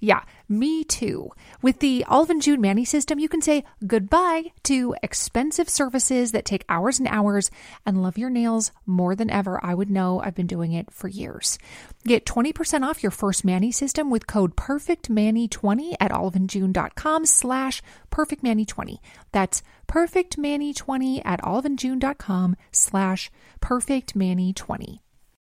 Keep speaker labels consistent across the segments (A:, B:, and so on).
A: Yeah, me too. With the Olive and June Manny system, you can say goodbye to expensive services that take hours and hours and love your nails more than ever. I would know I've been doing it for years. Get 20% off your first Manny system with code PERFECTMANNY20 at oliveandjune.com slash PERFECTMANNY20. That's PERFECTMANNY20 at oliveandjune.com slash PERFECTMANNY20.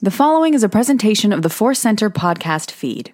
B: The following is a presentation of the Four Center podcast feed.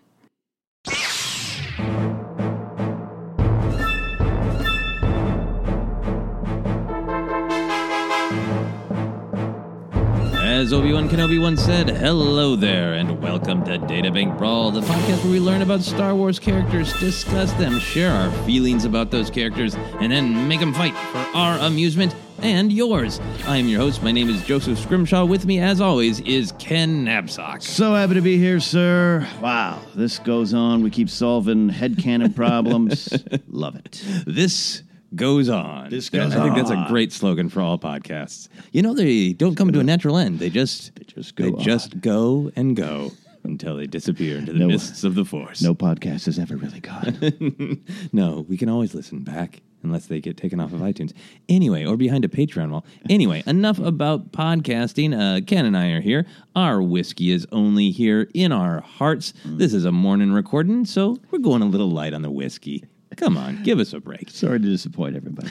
C: As Obi-Wan Kenobi once said, hello there and welcome to Data Bank Brawl, the podcast where we learn about Star Wars characters, discuss them, share our feelings about those characters, and then make them fight for our amusement and yours. I am your host. My name is Joseph Scrimshaw. With me, as always, is Ken Knapsack.
D: So happy to be here, sir. Wow, this goes on. We keep solving headcanon problems. Love it.
C: This goes on.
D: This goes
C: I think that's a
D: on.
C: great slogan for all podcasts. You know, they don't come to a natural end. They just they
D: just go
C: they
D: on.
C: just go and go until they disappear into the
D: No-
C: mists of the force.
D: No podcast has ever really gone.
C: no, we can always listen back unless they get taken off of iTunes. Anyway, or behind a Patreon wall. Anyway, enough about podcasting. Uh, Ken and I are here. Our whiskey is only here in our hearts. This is a morning recording, so we're going a little light on the whiskey. Come on, give us a break.
D: Sorry to disappoint everybody.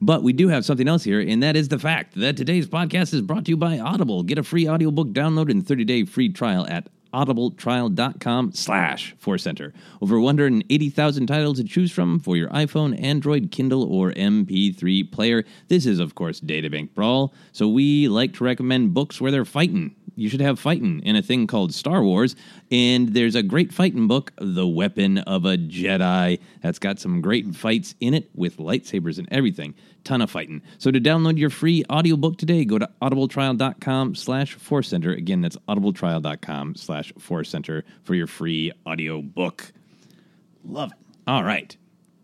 C: But we do have something else here, and that is the fact that today's podcast is brought to you by Audible. Get a free audiobook download and 30-day free trial at audibletrial.com slash four center over 180000 titles to choose from for your iphone android kindle or mp3 player this is of course databank brawl so we like to recommend books where they're fighting you should have fighting in a thing called Star Wars. And there's a great fighting book, The Weapon of a Jedi, that's got some great fights in it with lightsabers and everything. Ton of fighting. So to download your free audiobook today, go to audibletrial.com slash force center. Again, that's audibletrial.com slash force center for your free audiobook.
D: Love it.
C: All right.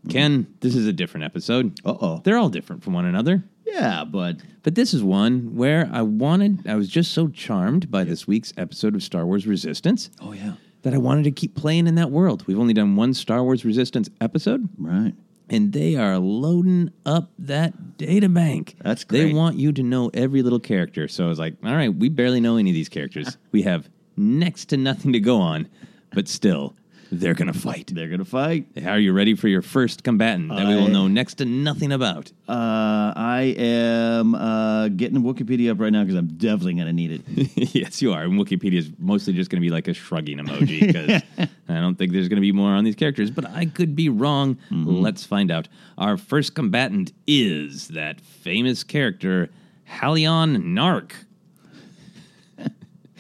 C: Ken, this is a different episode.
D: Uh-oh.
C: They're all different from one another.
D: Yeah, but
C: But this is one where I wanted, I was just so charmed by this week's episode of Star Wars Resistance.
D: Oh, yeah.
C: That I wanted to keep playing in that world. We've only done one Star Wars Resistance episode,
D: right.
C: and they are loading up that data bank.
D: That's
C: They
D: great.
C: want you to know every little character. So I was like, all right, we barely know any of these characters. we have next to nothing to go on, but still, they're going to fight.
D: They're gonna fight.
C: Are you ready for your first combatant that we will
D: I-
C: know next to nothing about?
D: Uh, I am uh, getting Wikipedia up right now because I'm definitely gonna need it.
C: yes, you are. And Wikipedia is mostly just going to be like a shrugging emoji because I don't think there's going to be more on these characters, but I could be wrong. Let's find out. Our first combatant is that famous character, Halion Nark.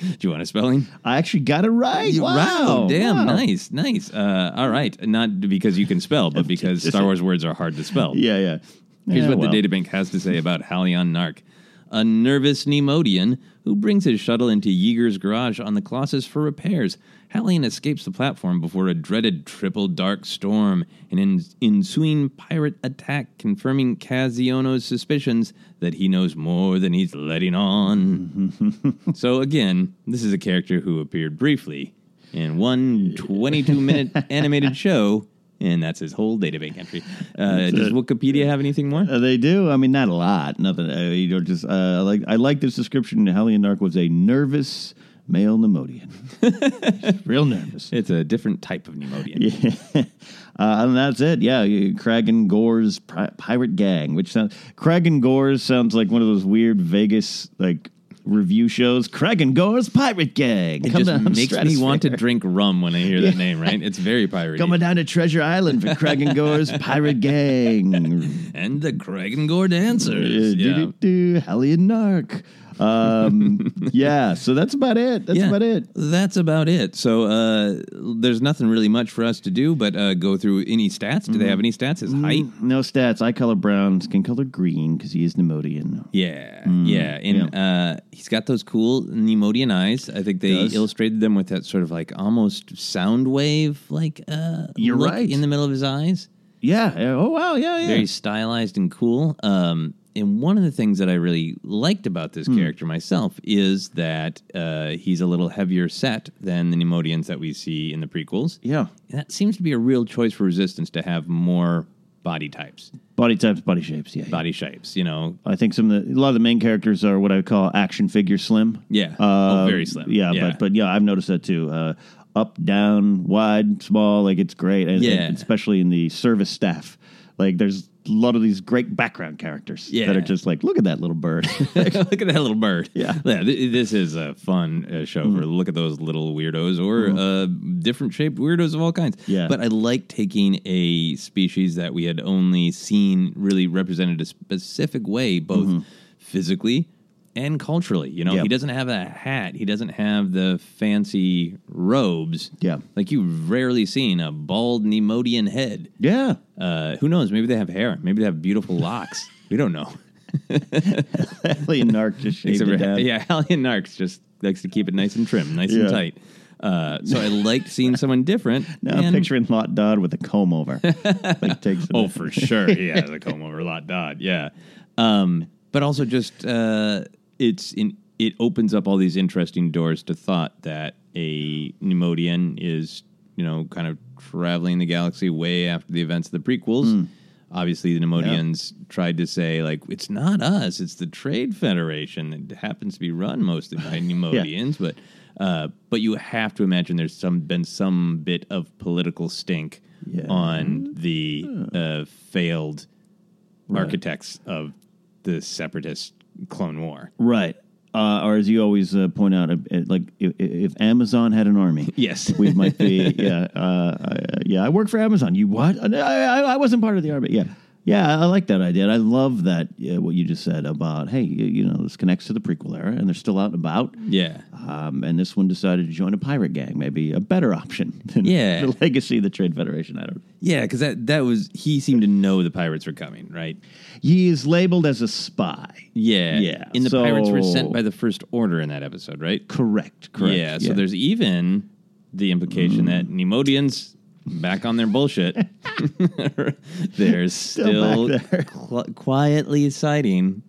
C: Do you want a spelling?
D: I actually got it right. wow!
C: Wow, damn,
D: wow.
C: nice, nice. Uh, all right, not because you can spell, but because Star Wars words are hard to spell.
D: Yeah, yeah.
C: Here's
D: Yeah,
C: what
D: well.
C: the databank has to say about Halion Nark, a nervous Nemodian who brings his shuttle into Yeager's garage on the Colossus for repairs. Halion escapes the platform before a dreaded triple dark storm, an en- ensuing pirate attack confirming Cassiono's suspicions that he knows more than he's letting on. so again, this is a character who appeared briefly in one 22-minute animated show, and that's his whole databank entry. Uh, does Wikipedia have anything more?
D: Uh, they do. I mean, not a lot. Nothing. Uh, you know, just uh, I like I like this description. Hellion Nark was a nervous male Nemodian. Real nervous.
C: It's a different type of Nemodian.
D: Uh, and that's it. Yeah, you- Crag and Gore's pri- pirate gang, which sounds Crag and Gore's sounds like one of those weird Vegas like review shows. Crag and Gore's pirate gang.
C: It
D: Come
C: just
D: down to
C: makes me want to
D: Stratosphere.
C: drink rum when I hear that name, right? It's very piratey.
D: Coming down to Treasure Island for Crag and Gore's pirate gang.
C: And the Craig and Gore dancers. Yeah.
D: Uh, Do-do-do, Hellion Nark. Um, yeah, so that's about it. That's
C: Yeah,
D: about it.
C: That's about it. So uh, there's nothing really much for us to do but uh, go through any stats.
D: Mm-hmm.
C: Do they have any stats? His height?
D: Mm, No stats. Eye color brown, skin color green because he is Nemodian.
C: Yeah,
D: Mm,
C: yeah, and Uh, he's got those cool Nemodian eyes. I think they
D: Does.
C: illustrated them with that sort of like almost sound wave like uh,
D: You're
C: look
D: right.
C: in the middle of his eyes.
D: Yeah. yeah, Oh wow. Yeah. Yeah.
C: very stylized and cool. Um, and one of the things that I really liked about
D: Hmm.
C: this character myself is that uh, he's a little heavier set than the Nemodians that we see in the prequels.
D: yeah.
C: And that seems to be a real choice for Resistance to have more body types,
D: Body types, body shapes. Yeah. yeah.
C: body shapes. You know,
D: I think some of the a lot of the main characters are what I would call action figure slim.
C: Yeah.
D: Uh,
C: Oh, very slim.
D: Yeah,
C: Yeah.
D: But but yeah, I've noticed that too. Uh, up, down, wide, small. Like it's great. And,
C: Yeah.
D: and especially in the service staff. Like there's a lot of these great background characters
C: Yeah.
D: that are just like, look at that little bird.
C: look at that little bird.
D: Yeah. Mm.
C: th- this is a fun uh, show for look at those little weirdos or uh, different shaped weirdos of all kinds.
D: Yeah.
C: But I like taking a species that we had only seen really represented a specific way, both physically and culturally. You know,
D: Mm-hmm. Yeah.
C: he doesn't have a hat, he doesn't have the fancy robes.
D: Yeah.
C: Like you've rarely seen a bald Nemodian head.
D: yeah.
C: Uh, who knows? Maybe they have hair. Maybe they have beautiful locks. we don't know.
D: Alien narc just shaved
C: Except
D: it
C: for,
D: down.
C: yeah, Alien Narcs just likes to keep it nice and trim, nice
D: Yeah.
C: and tight. Uh, so I liked seeing someone different.
D: Now I'm
C: and-
D: picturing Lot Dodd with a comb over. like takes
C: Oh, for sure. Yeah, the comb over lot Dodd. Yeah. Um, but also just uh, it's in it opens up all these interesting doors to thought that a Nemodian is, you know, kind of traveling the galaxy way after the events of the prequels.
D: Hmm.
C: Obviously, the Nemodians tried to say, like, it's not us, it's the Trade Federation. It happens to be run mostly by Nemodians, but uh, but you have to imagine there's some been some bit of political stink
D: Yeah.
C: on the uh, failed architects of the separatist Clone War.
D: Right. Uh, or as you always uh, point out, uh, uh, like if, if Amazon had an army,
C: Yes.
D: we might be. Yeah, uh, uh, yeah. I work for Amazon. You what? I, I, I wasn't part of the army. Yeah, yeah. I like that idea. And I love that uh, what you just said about hey, you, you know, this connects to the prequel era, and they're still out and about.
C: Yeah.
D: Um, and this one decided to join a pirate gang, maybe a better option than
C: Yeah.
D: the legacy of the Trade Federation. I don't.
C: Yeah, because that, that was, he seemed to know the pirates were coming, right?
D: He is labeled as a spy.
C: Yeah.
D: Yeah,
C: And the pirates were
D: so-
C: sent by the First Order in that episode, right?
D: Correct. Correct.
C: Yeah, Mm. So there's even the implication that Nemodians back on their bullshit. They're still,
D: back there.
C: cl- quietly siding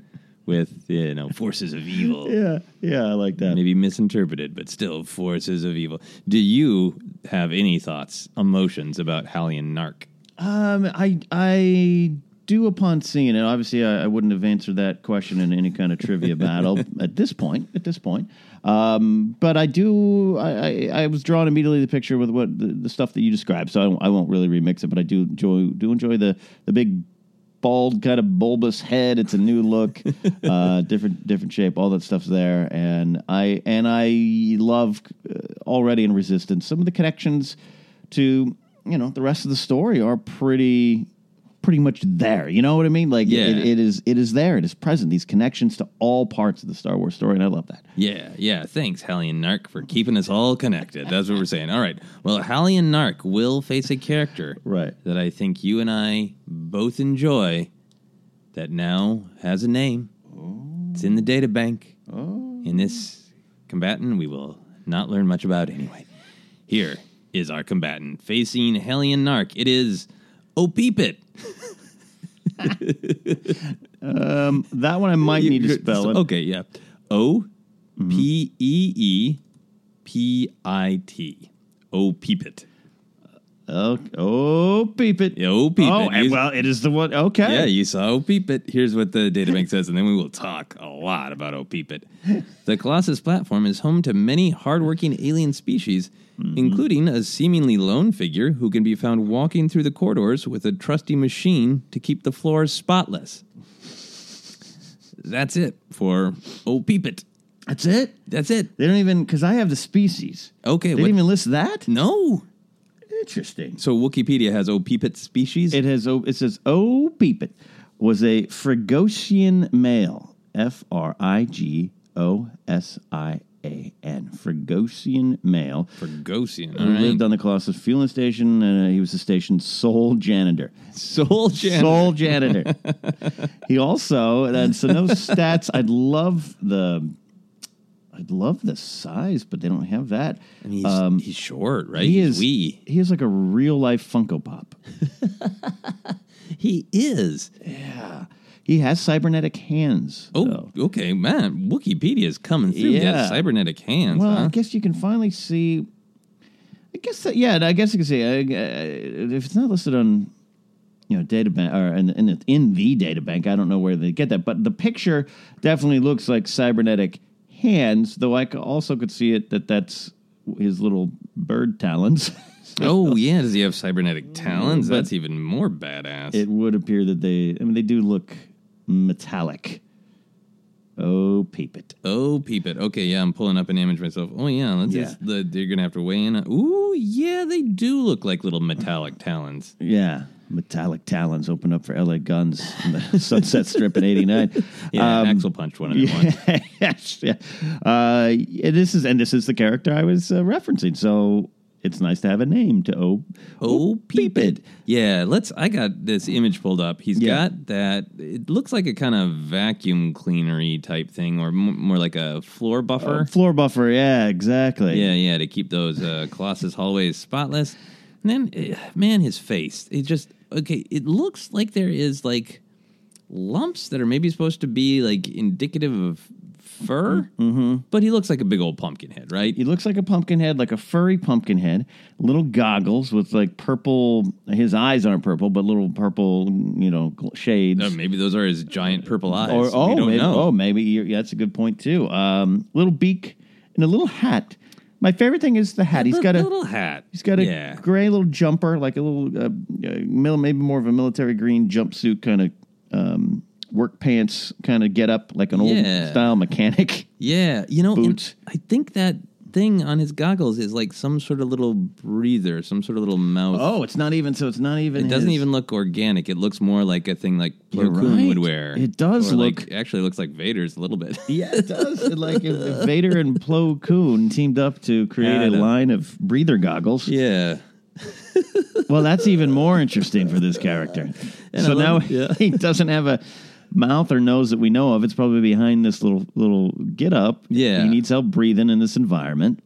C: with you know forces of evil.
D: yeah, yeah. I like that.
C: Maybe misinterpreted, but still forces of evil. Do you have any thoughts, emotions about Hallie and Nark?
D: Um, I I do upon seeing it. Obviously, I, I wouldn't have answered that question in any kind of trivia battle at this point. At this point, um, but I do. I, I, I was drawn immediately to the picture with what the, the stuff that you described. So I, won't- I won't really remix it, but I do enjoy do enjoy the the big bald kind of bulbous head. It's a new look, uh, different different shape. All that stuff's there, and I and I love uh, already in Resistance some of the connections to you know the rest of the story are pretty pretty much there. You know what I mean? Like
C: Yeah.
D: it, it is it is there. It is present. These connections to all parts of the Star Wars story, and I love that.
C: Yeah, yeah. Thanks, Hallie and Nark, for keeping us all connected. That's what we're saying. All right. Well, Hallie and Nark will face a character
D: Right.
C: that I think you and I both enjoy that now has a name. It's in the data bank.
D: Oh.
C: In this combatant, we will not learn much about anyway. Here is our combatant facing Hallie and Nark. It is Opeepit.
D: That one I might
C: You-
D: need to
C: you're-
D: spell it.
C: Okay, yeah. O P E E P I T. O peep it.
D: Oh, oh, peep it.
C: Oh, peep
D: oh,
C: it.
D: and
C: You-
D: well, it is the one. Okay.
C: Yeah, you saw O peep it. Here's what the databank says, and then we will talk a lot about O peep it. The Colossus platform is home to many hardworking alien species,
D: Mm-hmm.
C: including a seemingly lone figure who can be found walking through the corridors with a trusty machine to keep the floors spotless. That's it for O peep it.
D: That's it.
C: That's it.
D: They don't even because I have the species.
C: Okay,
D: They
C: what-
D: didn't even list that.
C: No.
D: Interesting.
C: So Wikipedia has Opipit species.
D: It has. oh, It says, "Oh, peep it," was a Frigosian male. F R I G O S I A N. Frigosian male
C: Fergosian.
D: who lived on the Colossus fueling station, and uh, he was the station's sole janitor.
C: Soul
D: Sole janitor. he also, and so no stats. I'd love the, I'd love the size, but they don't have that.
C: He's, he's short, right?
D: Um, He
C: He's
D: is.
C: wee.
D: He is like a real life Funko Pop.
C: He is.
D: He has cybernetic hands.
C: Oh,
D: though.
C: okay, man. Wikipedia is coming through. Yeah,
D: Yeah.
C: cybernetic hands.
D: well,
C: huh?
D: I guess you can finally see. I guess that yeah, and I guess you can see I, I, if it's not listed on, you know, data bank or in, in the in the data bank. I don't know where they get that, but the picture definitely looks like cybernetic hands. Though I c- also could see it that that's his little bird talons.
C: oh yeah. Does he have cybernetic talons? That's even more badass.
D: it would appear that they. I mean, they do look metallic. Oh, peep it.
C: oh, peep it. Okay, yeah. I'm pulling up an image myself. Oh yeah. Let's
D: Yeah.
C: Just, the, you're gonna have to weigh in. on- Ooh, yeah. They do look like little metallic talons.
D: Yeah. Metallic talons open up for LA Guns in the Sunset Strip in 89.
C: Yeah.
D: Um,
C: Axel punched one of them once.
D: yes, yeah. Uh, yeah, this is and this is the character I was uh, referencing. So it's nice to have a name to oh
C: Oh, peep it. Yeah, let's. I got this image pulled up. He's
D: Yeah.
C: got that. It looks like a kind of vacuum cleanery type thing, or m- more like a floor buffer.
D: Floor buffer, yeah, exactly.
C: yeah, yeah, to keep those uh, Colossus hallways spotless. And then, eh, man, his face. It just okay. It looks like there is like lumps that are maybe supposed to be like indicative of fur, mm-hmm. but he looks like a big old pumpkin head, right?
D: He looks like a pumpkin head, like a furry pumpkin head. Little goggles with like purple. His eyes aren't purple, but little purple, you know, gl- shades.
C: Uh, maybe those are his giant purple eyes.
D: or oh,
C: we don't
D: maybe,
C: know.
D: oh, maybe you're, yeah, that's a good point too. Um, little beak and a little hat. My favorite thing is the hat. He's got a
C: little hat.
D: He's got a
C: yeah.
D: gray little jumper, like a little, uh, uh, mil- maybe more of a military green jumpsuit kind of um, work pants kind of get up, like an
C: Yeah.
D: old style mechanic.
C: Yeah, you know, and
D: Boots.
C: I think that thing on his goggles is like some sort of little breather, some sort of little mouth.
D: Oh, it's not even. So it's not even.
C: it doesn't
D: his-
C: even look organic. It looks more like a thing like Plo
D: You're
C: Koon would
D: right.
C: wear.
D: It does
C: Or,
D: look-
C: like actually looks like Vader's a little bit.
D: Yeah, it does. It, like if, if Vader and Plo Koon teamed up to create a
C: Adam.
D: line of breather goggles.
C: yeah.
D: Well, that's even more interesting for this character.
C: I
D: so
C: love
D: now
C: it, yeah.
D: he doesn't have a mouth or nose that we know of. It's probably behind this little little get up.
C: Yeah.
D: He needs help breathing in this environment.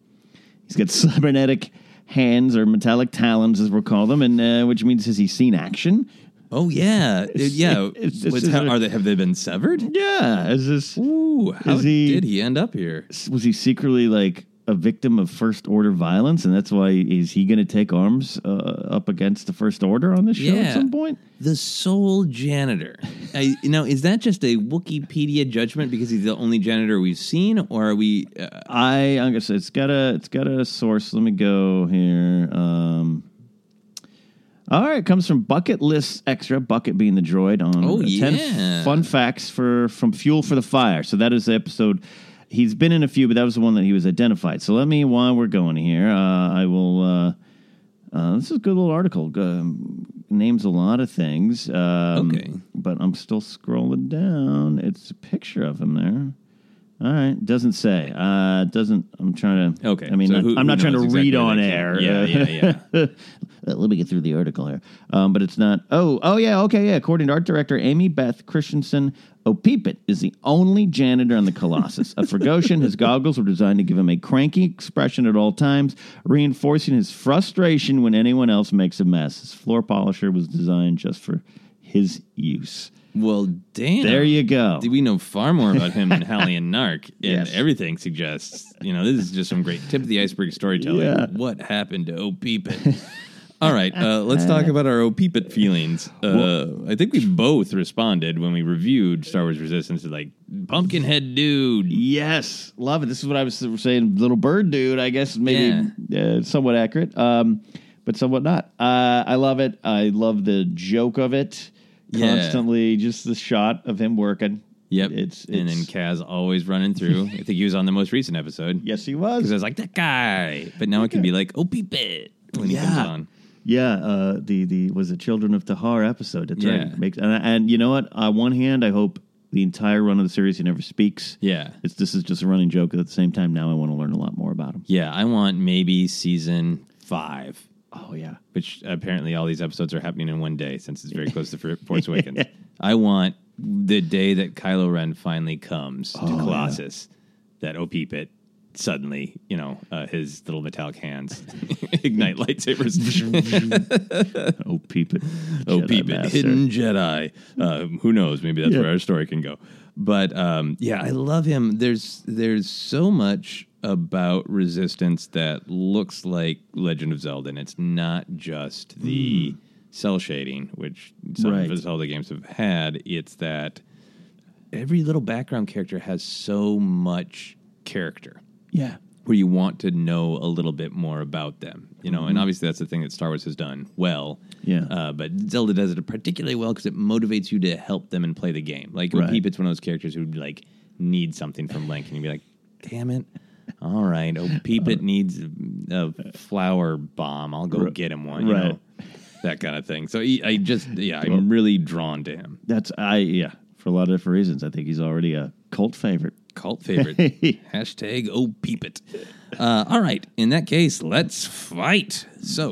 D: He's got cybernetic hands or metallic talons, as we'll call them, and uh, which means has he seen action?
C: Oh yeah,
D: It's-
C: yeah.
D: it's- it's-
C: What's- how- are they? Have they been severed?
D: Yeah. Is this
C: Ooh, how
D: Is he-
C: did he end up here?
D: was he secretly like a victim of first order violence, and that's why is he going to take arms uh, up against the first order on this show
C: Yeah.
D: at some point?
C: The sole janitor. I, now, is that just a Wikipedia judgment because he's the only janitor we've seen, or are we? Uh,
D: I I'm gonna say it's got a it's got a source. Let me go here. Um, all right, it comes from Bucket List Extra. Bucket being the droid on
C: Oh,
D: uh, ten
C: yeah.
D: fun facts for from Fuel for the Fire. So that is the episode. He's been in a few, but that was the one that he was identified. So let me while we're going here, uh, I will. Uh, uh, this is a good little article. Um, names a lot of things. Um,
C: Okay.
D: but I'm still scrolling down. It's a picture of him there. All right, doesn't say. Uh, doesn't. I'm trying to.
C: okay,
D: I mean,
C: so
D: not-
C: who-
D: I'm
C: who
D: not trying to
C: knows exactly
D: read
C: where
D: on
C: that
D: air.
C: came- Yeah, yeah, yeah.
D: Uh, Let me get through the article here. Um, but it's not. Oh, oh yeah, okay, yeah. According to art director Amy Beth Christensen, Opepit is the only janitor on the Colossus. a Fragosian, his goggles were designed to give him a cranky expression at all times, reinforcing his frustration when anyone else makes a mess. His floor polisher was designed just for his use.
C: Well, damn.
D: There you go.
C: We know far more about him than Hallie and Nark, and
D: Oh. Yes.
C: everything suggests, you know, this is just some great tip of the iceberg storytelling.
D: Yeah.
C: What happened to Opeepit? All right, uh, let's talk about our Opeepit feelings. Uh, I think we both responded when we reviewed Star Wars Resistance to like Pumpkinhead dude.
D: Yes, love it. This is what I was saying, little bird dude. I guess maybe uh, somewhat accurate, um, but somewhat not. Uh, I love it. I love the joke of it
C: Yeah.
D: constantly. Just the shot of him working.
C: Yep.
D: It's, it's
C: and then Kaz always running through. I think he was on the most recent episode.
D: yes, he
C: Because I
D: was.
C: was like, that guy. But now it can be like, Opeepit when he comes
D: Yeah.
C: on.
D: Yeah, uh, the the was the Children of Tahar episode. That's
C: Yeah.
D: right. Makes, and, and you know what? On one hand, I hope the entire run of the series he never speaks.
C: Yeah.
D: It's this is just a running joke. At the same time, now I want to learn a lot more about him.
C: Yeah, I want maybe season five,
D: Oh yeah.
C: which apparently all these episodes are happening in one day since it's very close to Fr- Force Awakens. I want the day that Kylo Ren finally comes to Colossus, that Opeep it suddenly, you know, uh, his little metallic hands ignite lightsabers.
D: Oh peep it.
C: Opeep
D: Jedi
C: it,
D: Master.
C: hidden Jedi. Um, who knows? Maybe that's
D: Yeah.
C: where our story can go. But um, yeah, I love him. There's there's so much about Resistance that looks like Legend of Zelda, and it's not just the cell shading, which some
D: Hmm. Right.
C: of the Zelda games have had. It's that every little background character has so much character
D: Yeah.
C: where you want to know a little bit more about them, you know. And obviously, that's the thing that Star Wars has done well.
D: Mm-hmm. Yeah.
C: Uh, but Zelda does it particularly well because it motivates you to help them and play the game. Like
D: Right.
C: Opeep, it's one of those characters who like need something from Link, and you'd be like, "Damn it." All right, Opeep
D: Uh,
C: it needs a flower bomb. I'll go get him one, you
D: right.
C: know, that kind of thing. So he, I just, yeah, I'm really drawn to him.
D: That's I yeah, for a lot of different reasons. I think he's already a cult favorite.
C: Cult favorite. Hashtag Opeep it. Uh, all right, in that case, let's fight. So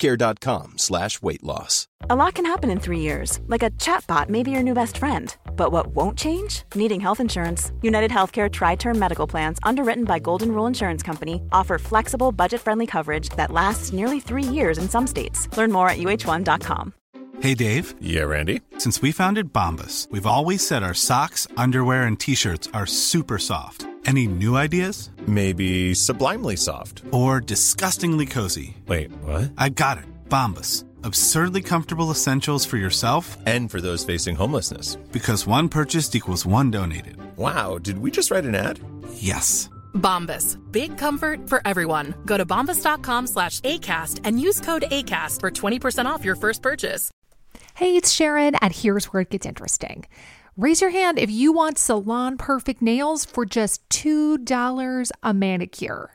E: plushcare.com slash weight loss.
F: A lot can happen in three years, like a chatbot may be your new best friend. But what won't change? Needing health insurance. United Healthcare Tri Term Medical Plans, underwritten by Golden Rule Insurance Company, offer flexible, budget friendly coverage that lasts nearly three years in some states. Learn more at uh1.com.
G: Hey, Dave.
E: Yeah, Randy.
G: Since we founded Bombus, we've always said our socks, underwear, and t shirts are super soft. Any new ideas?
E: Maybe sublimely soft.
G: Or disgustingly cozy.
E: Wait, what?
G: I got it. Bombas. Absurdly comfortable essentials for yourself
E: and for those facing homelessness.
G: Because one purchased equals one donated.
E: Wow, did we just write an ad?
G: Yes.
H: Bombas. Big comfort for everyone. Go to bombas.com slash ACAST and use code ACAST for 20% off your first purchase.
A: Hey, it's Sharon, and here's where it gets interesting. Raise your hand if you want salon perfect nails for just $2 a manicure.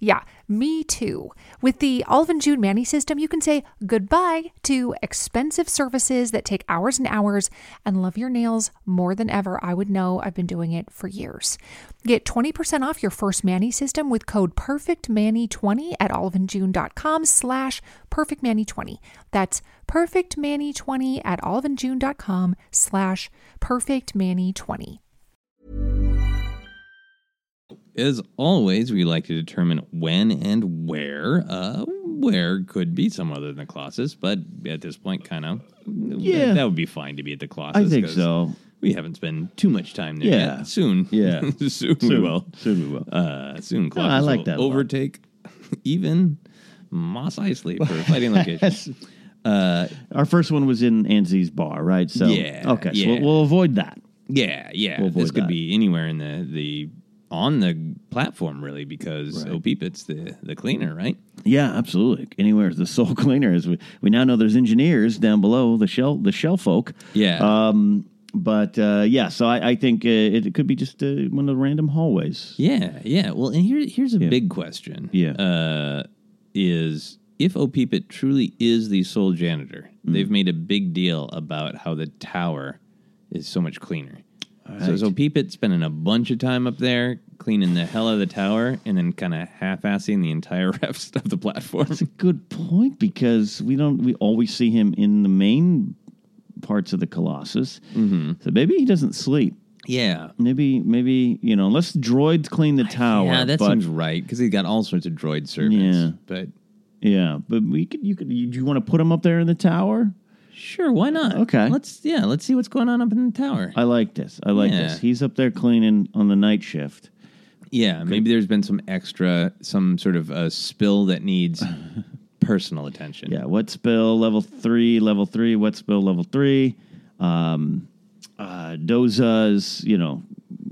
A: Yeah, me too. With the Olive and June Manny system, you can say goodbye to expensive services that take hours and hours and love your nails more than ever. I would know I've been doing it for years. Get 20% off your first Manny system with code PERFECTMANNY20 at oliveandjune.com slash PERFECTMANNY20. That's PERFECTMANNY20 at oliveandjune.com slash PERFECTMANNY20.
C: As always, we like to determine when and where. Uh, where could be some other than the Colossus, but at this point, kind of.
D: Yeah.
C: That would be fine to be at the Colossus.
D: I think
C: 'cause
D: so.
C: We haven't spent too much time there
D: Yeah.
C: yet. Soon.
D: Yeah.
C: soon, we
D: Soon.
C: will.
D: Soon we will.
C: Uh, soon
D: No, I
C: Colossus
D: like
C: will
D: that a lot.
C: overtake even Moss Eisley for fighting location. Uh,
D: Our first one was in Anzi's bar, right? So
C: Yeah,
D: okay, so
C: yeah.
D: we'll, we'll avoid that.
C: Yeah, yeah.
D: We'll avoid
C: this could
D: that.
C: be anywhere in the the on the platform really because
D: Right.
C: oh peep it's the the cleaner, right?
D: Yeah, absolutely. Anywhere is the soul cleaner. As we, we now know, there's engineers down below the shell the shell folk.
C: Yeah.
D: Um, but uh, yeah, so I, I think uh, it, it could be just uh, one of the random hallways.
C: Yeah, yeah. Well, and here here's a big question.
D: Yeah.
C: Uh is if Opipit truly is the sole janitor,
D: Mm-hmm.
C: they've made a big deal about how the tower is so much cleaner. So,
D: right.
C: so Peepit spending a bunch of time up there cleaning the hell out of the tower and then kind of half-assing the entire rest of the platform.
D: That's a good point because we don't we always see him in the main parts of the Colossus. Mm-hmm. So maybe he doesn't sleep.
C: Yeah.
D: Maybe maybe you know unless droids clean the tower.
C: Yeah, that
D: but,
C: seems right because he's got all sorts of droid servants.
D: Yeah.
C: But
D: yeah. But we could you could you, do you want to put him up there in the tower?
C: sure, why not?
D: Okay.
C: let's yeah, let's see what's going on up in the tower.
D: I like this. I like
C: Yeah.
D: this. He's up there cleaning on the night shift.
C: yeah, maybe there's been some extra, some sort of uh, spill that needs personal attention.
D: Yeah, wet spill level three, level three, wet spill level three. Um, uh, Doza's, you know,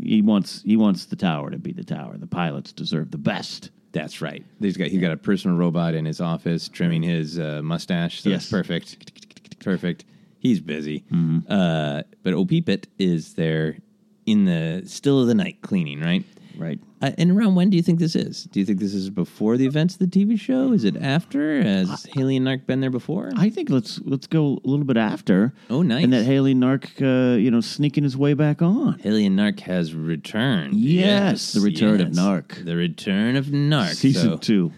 D: he wants he wants the tower to be the tower. The pilots deserve the best.
C: That's right. He's got he's got a personal robot in his office trimming his uh, mustache. So that's
D: Yes.
C: perfect. Perfect. He's busy.
D: Mm-hmm.
C: Uh, but Opipit is there in the still of the night cleaning, right?
D: Right.
C: Uh, and around when do you think this is? Do you think this is before the events of the TV show? Is it after? Has Haley and Nark been there before?
D: I think let's let's go a little bit after.
C: Oh, nice.
D: And that Haley Nark, uh, you know, sneaking his way back on.
C: Haley and Nark has returned.
D: Yes, the return of Narc.
C: The return of Nark.
D: Season two.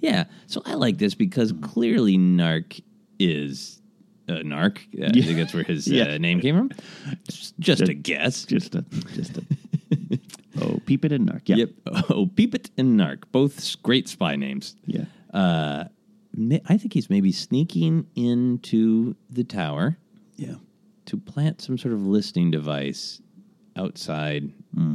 C: Yeah. So I like this because clearly Narc is uh, Narc. Uh, I think that's where his
D: Yeah.
C: uh, name came from. Just, just a guess.
D: Just a just a oh, peep it in Nark. Yeah.
C: Yep. Oh, Peepit and Narc, both s- great spy names.
D: Yeah.
C: Uh, ma- I think he's maybe sneaking into the tower
D: Yeah.
C: to plant some sort of listening device outside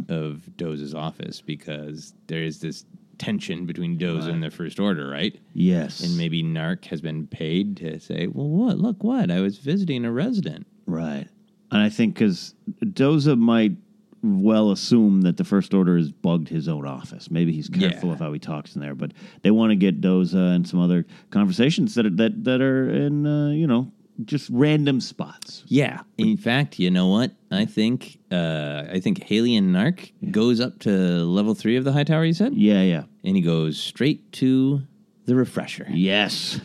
C: of Doze's office because there is this tension between Doze and the First Order, right?
D: Yes.
C: And maybe Narc has been paid to say, well, what? Look what? I was visiting a resident.
D: Right. And I think because Doza might well assume that the First Order has bugged his own office. Maybe he's careful
C: Yeah.
D: of how he talks in there, but they want to get Doza and some other conversations that are, that that are in uh, you know just random spots.
C: Yeah. In fact, you know what? I think uh, I think Haley and Narc goes up to level three of the high tower. You said,
D: Yeah, yeah,
C: and he goes straight to the refresher.
D: yes.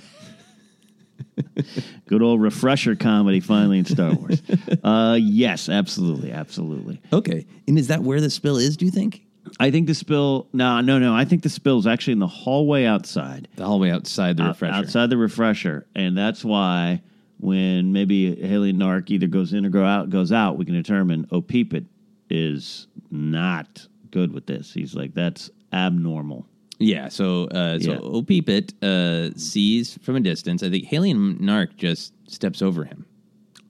D: Good old refresher comedy finally in Star Wars. uh, yes, absolutely, absolutely.
C: Okay. And is that where the spill is? Do you think?
D: I think the spill. No, no, no. I think the spill is actually in the hallway outside.
C: The hallway Uh, outside the
D: Out-
C: refresher.
D: Outside the refresher. And that's why when maybe Haley Nark either goes in or go out goes out, we can determine oh peep it is not good with this. He's like, that's abnormal.
C: Yeah, so uh, so
D: Yeah.
C: Opeepit uh, sees from a distance. I think Haley and Narc just steps over him.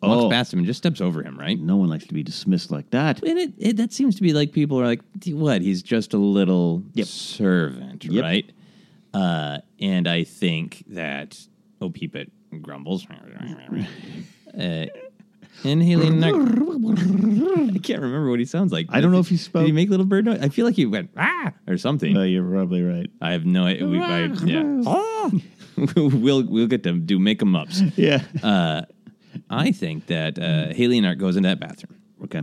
C: walks past him and just steps over him, right?
D: Oh, No one likes to be dismissed like that.
C: And it, it that seems to be like people are like, "D- what? He's just a little servant, right? Uh, and I think that Opeepit grumbles, uh, and Haley Nut- I can't remember what he sounds like.
D: I don't know if he
C: Did he
D: spoke.
C: make little bird noise? I feel like he went ah or something.
D: No, you're probably right.
C: I have no idea. yeah. we'll we'll get to do make em ups.
D: Yeah.
C: Uh, I think that uh, Haley Nart goes into that bathroom.
D: Okay.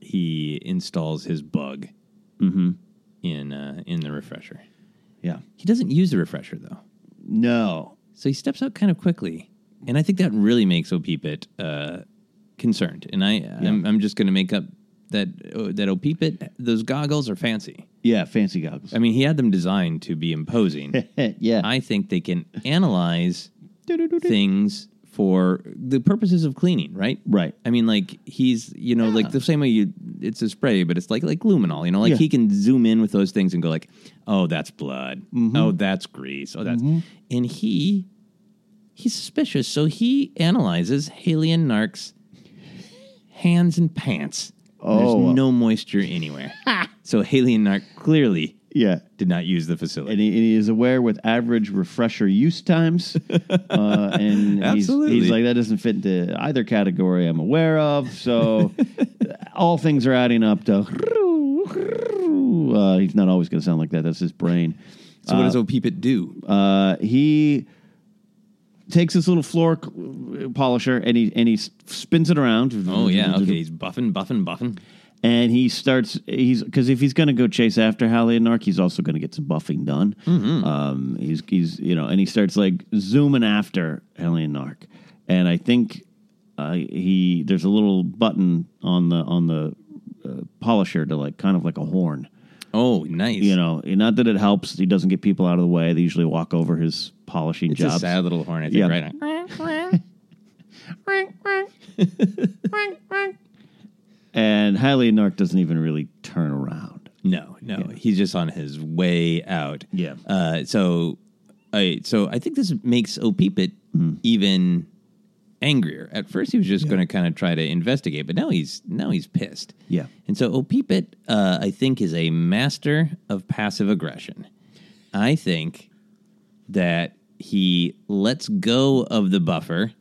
C: He installs his bug
D: Mhm.
C: in uh, in the refresher.
D: Yeah.
C: He doesn't use the refresher though,
D: No.
C: so he steps out kind of quickly, and I think that really makes Opeepit uh, concerned. And I I'm, I'm just going to make up that oh, that Opeepit those goggles are fancy.
D: Yeah, fancy goggles.
C: I mean, he had them designed to be imposing.
D: yeah.
C: I think they can analyze things for the purposes of cleaning, right?
D: Right.
C: I mean, like he's you know like the same way you it's a spray, but it's like like luminol, you know, like
D: Yeah.
C: he can zoom in with those things and go like, oh, that's blood,
D: Mm-hmm.
C: oh, that's grease, oh, that's and he he's suspicious, so he analyzes Haley and Nark's hands and pants.
D: Oh.
C: There's no moisture anywhere. so Haley and Nark clearly
D: Yeah.
C: did not use the facility.
D: And he, and he is aware with average refresher use times. uh, and he's,
C: Absolutely.
D: he's like, that doesn't fit into either category I'm aware of. So all things are adding up to. Uh, he's not always going to sound like that. That's his brain.
C: So what does Opeepit do?
D: Uh, he takes this little floor c- uh, polisher and he and he s- spins it around.
C: oh yeah, okay, he's buffing, buffing, buffing.
D: and he starts he's because if he's going to go chase after Hallie and Nark, he's also going to get some buffing done. Um, he's he's you know, and he starts like zooming after Hallie and Nark, and I think uh, he there's a little button on the on the uh, polisher to like kind of like a horn.
C: Oh, nice.
D: You know, not that it helps. He doesn't get people out of the way. They usually walk over his polishing
C: it's
D: jobs.
C: a sad little horn, I think.
D: Yeah.
C: Right.
D: and Hallie and Nark doesn't even really turn around.
C: No, no, he's just on his way out.
D: Yeah.
C: Uh, so, I so I think this makes Opeepit
D: Mm.
C: even angrier. At first, he was just going to kind of try to investigate, but now he's now he's pissed.
D: Yeah.
C: And so Opeepit, uh, I think, is a master of passive aggression. I think that he lets go of the buffer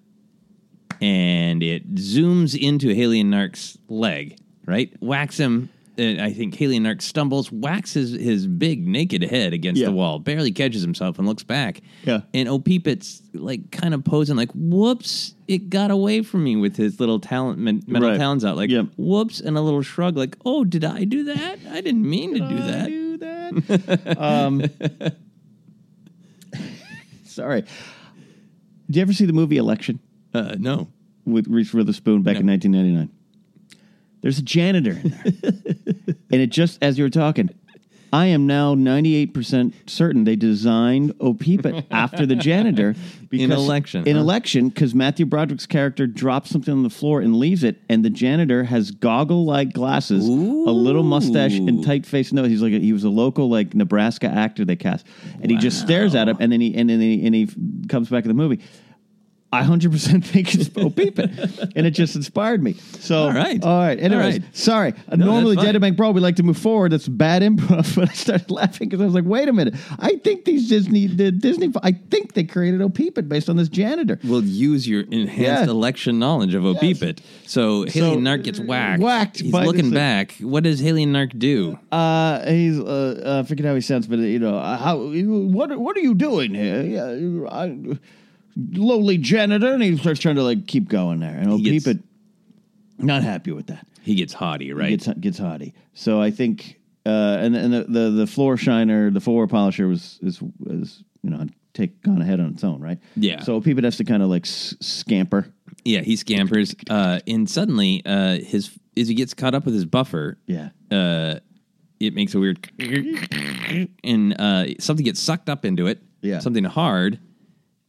C: and it zooms into Haley and Nark's leg, right? Whacks him. And I think Haley and Nark stumbles, whacks his, his big naked head against
D: Yeah.
C: the wall, barely catches himself and looks back.
D: Yeah.
C: And Opeepit's like kind of posing like, whoops, it got away from me with his little talent, men- metal
D: Right.
C: talons out. Like,
D: Yep.
C: whoops, and a little shrug like, oh, did I do that? I didn't mean to do that.
D: Sorry. Did you ever see the movie Election
C: Uh, no.
D: with Reese Witherspoon back in 1999? There's a janitor in there. and it just, as you were talking, I am now 98% certain they designed Opeepit after the janitor.
C: Election,
D: In
C: huh?
D: election, because Matthew Broderick's character drops something on the floor and leaves it, and the janitor has goggle like glasses, a little mustache, and
C: Ooh.
D: tight faced nose. He's like, a, he was a local, like, Nebraska actor they cast. And he just stares at him, and then he, and then he, and he comes back in the movie. I hundred percent think it's Bo Peepin, and it just inspired me. So
C: All right.
D: all right.
C: All
D: Anyways,
C: right.
D: sorry. Normally,
C: fine.
D: Dead Bank Brawl, we like to move forward. That's bad improv, but I started laughing because I was like, "Wait a minute! I think these Disney, the Disney, I think they created Opeepit based on this janitor."
C: will use your enhanced
D: Yeah.
C: election knowledge of Opeepit. So Haley
D: So,
C: Nark gets whacked.
D: whacked
C: He's
D: by
C: looking
D: this-
C: back. What does Haley Nark do?
D: Uh, he's uh, uh, I forget how he sounds, but uh, you know, uh, how you- what what are you doing here? Yeah, I, lowly janitor, and he starts trying to like keep going there, and
C: He gets-
D: Opeepit not happy with that.
C: he gets haughty, right?
D: gets gets haughty. So I think, uh, and and the, the the floor shiner, the floor polisher was is is you know take gone ahead on its own, right?
C: Yeah.
D: So people has to kind of like s- scamper.
C: yeah, he scampers. Uh, and suddenly, uh, his as he gets caught up with his buffer,
D: Yeah.
C: uh, it makes a weird and uh, something gets sucked up into it.
D: Yeah.
C: something hard.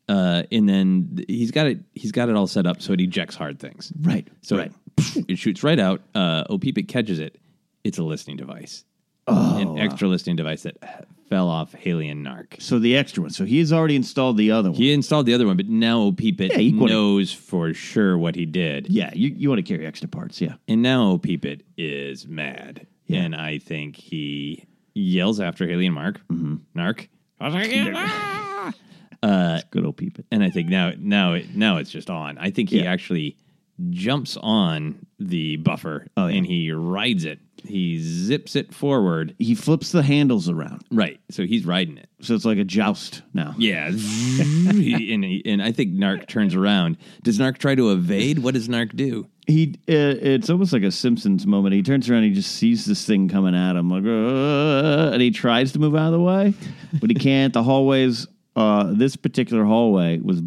C: Uh, and then th- he's got it. He's got it all set up so it ejects hard things.
D: Right.
C: So
D: right.
C: it, it shoots right out. Uh, Opeepit catches it. It's a listening device.
D: Oh.
C: an extra listening device that fell off Haley and Nark.
D: So the extra one. So he's already installed the other one.
C: He installed the other one, but now Peepit
D: Yeah, he wanna-
C: knows for sure what he did.
D: Yeah, you, you want to carry extra parts. Yeah.
C: And now Peepit is mad. And I think he yells after Haley and Mark.
D: Mm-hmm.
C: Nark. Uh,
D: good old Peepit.
C: And I think now now it now it's just on. I think he actually jumps on the buffer
D: Oh,
C: and he rides it. He zips it forward.
D: He flips the handles around.
C: Right. So he's riding it.
D: So it's like a joust now.
C: Yeah. He- and, he- and I think Nark turns around. Does Nark try to evade? What does Nark do?
D: He, uh, it's almost like a Simpsons moment. He turns around, he just sees this thing coming at him, like, "Uh," and he tries to move out of the way, but he can't. The hallways, uh, this particular hallway was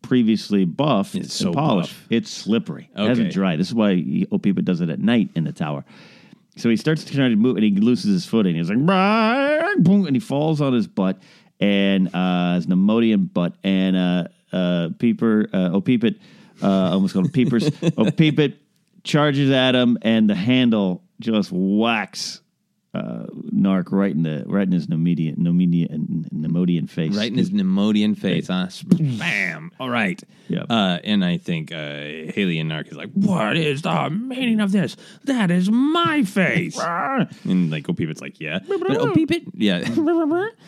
D: previously buffed it's
C: so
D: polished. It's slippery. It
C: Okay.
D: hasn't dried. This is why he- Opiba does it at night in the tower. So he starts to try to move, and he loses his footing. He's like, "Rah," boom, and he falls on his butt, and uh, his Nemodian butt, and uh, uh, Peeper, uh, Opipit, uh, I almost called him Peepers, Opipit charges at him, and the handle just whacks uh, Narc right in the right in his Nemodian, Nemodian, Nemodian face,
C: Right in his Nemodian face, huh? Bam! All right. Uh, and I think uh, Haley and Nark is like, "What is the meaning of this? That is my face." and like Opipit's like, "Yeah," but Opipit, yeah,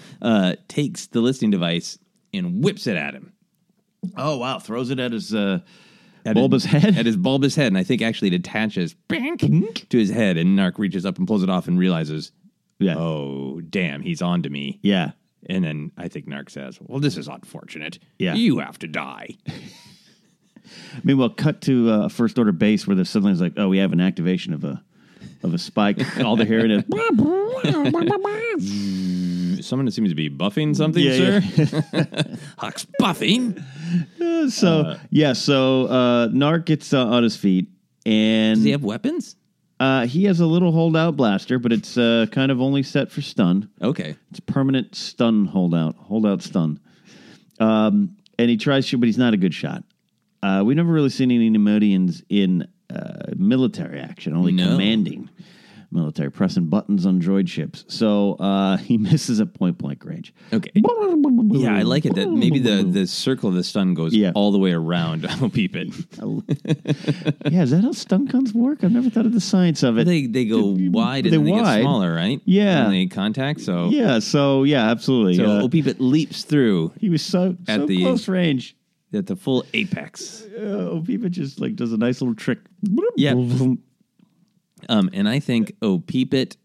C: uh, takes the listening device and whips it at him.
D: Oh wow! Throws it at his uh,
C: At
D: bulbous
C: his,
D: head.
C: at his bulbous head, and I think actually it attaches bink, to his head. And Nark reaches up and pulls it off and realizes,
D: yeah.
C: "Oh damn, he's on to me."
D: yeah.
C: And then I think Nark says, "Well, this is unfortunate.
D: Yeah.
C: you have to die."
D: Meanwhile, cut to uh, first order base where there's suddenly it's like, oh, we have an activation of a of a spike. All they're hearing is
C: Someone seems to be buffing something,
D: Yeah,
C: sir. Huck's buffing.
D: Uh, so
C: Uh-huh.
D: yeah. So uh, Narc gets uh, on his feet, and
C: Does he have weapons?
D: uh, he has a little holdout blaster, but it's uh, kind of only set for stun.
C: Okay.
D: It's permanent stun holdout, holdout stun. Um, and he tries to, but he's not a good shot. Uh, we've never really seen any Nemodians in uh, military action, only
C: No.
D: commanding military, pressing buttons on droid ships. So uh, he misses at point blank range.
C: Okay. Yeah, I like it that maybe the, the circle of the stun goes
D: Yeah.
C: all the way around. I'll peep it.
D: yeah, is that how stun guns work? I've never thought of the science of it.
C: They they go wide and
D: They're
C: then they get
D: wide.
C: smaller, right?
D: Yeah.
C: And they contact. So
D: yeah, so yeah, absolutely.
C: so
D: Uh,
C: uh, Opipit leaps through
D: he was so,
C: at
D: so
C: the-
D: close range.
C: at the full apex.
D: Uh, Opiva just like does a nice little trick.
C: Yeah. Um, and I think Opipit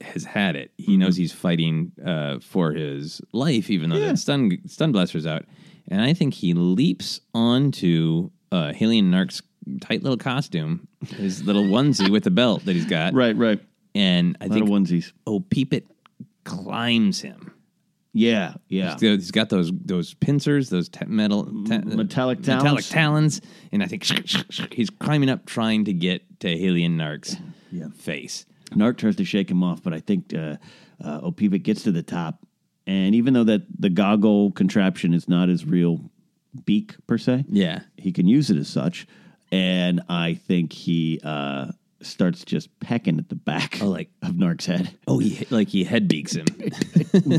C: has had it. He knows he's fighting uh, for his life, even though that stun stun blaster's out. And I think he leaps onto uh, Haley and Nark's tight little costume, his little onesie with the belt that he's got.
D: Right, right.
C: And I
D: A lot of
C: think
D: onesies.
C: Opipit climbs him.
D: Yeah, yeah.
C: So he's got those those pincers, those te- metal te- uh,
D: Metallic
C: metallic
D: talons.
C: talons, and I think he's climbing up trying to get to Haley and Nark's face.
D: Narc tries to shake him off, but I think uh, uh, Opivit gets to the top. And even though that the goggle contraption is not his real beak per se,
C: Yeah.
D: he can use it as such. And I think he uh, starts just pecking at the back
C: Oh, like-
D: of Narc's head.
C: Oh, he like he head beaks him.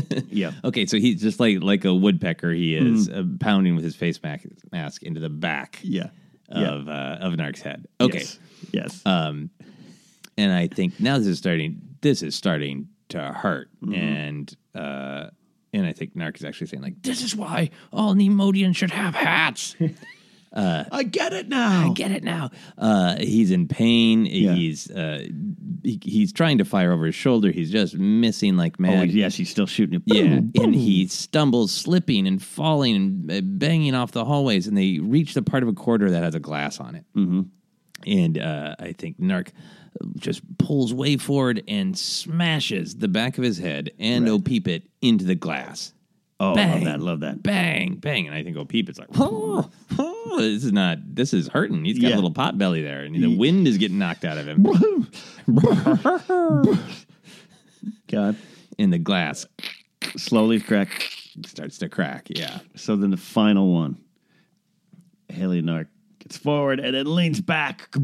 D: Yeah.
C: okay, so he's just like like a woodpecker. He is uh, pounding with his face mask, mask into the back
D: Mm-hmm. Yeah. Yeah.
C: of uh, of Nark's head. Okay,
D: Yes. Uh, yes.
C: um, and I think now this is starting. This is starting to hurt,
D: Mm-hmm.
C: and uh, and I think Nark is actually saying like, "This is why all Nemodians should have hats."
D: Uh, I get it now.
C: I get it now. Uh, he's in pain.
D: Yeah.
C: He's uh, he, he's trying to fire over his shoulder. He's just missing like
D: Oh,
C: mad.
D: yes, he's still shooting it.
C: Yeah, and he stumbles, slipping and falling and uh, banging off the hallways. And they reach the part of a corridor that has a glass on it. Mm-hmm. And uh, I think Narc just pulls way forward and smashes the back of his head and Opipit into the glass.
D: Oh,
C: Bang.
D: love that. Love that.
C: Bang, bang. And I think Opipit's like, oh, oh, this is not, this is hurting. He's got
D: Yeah.
C: a little pot belly there, and the wind is getting knocked out of him.
D: God.
C: and the glass
D: Slowly crack.
C: starts to crack. Yeah.
D: So then the final one, Haley Nark gets forward and then leans back.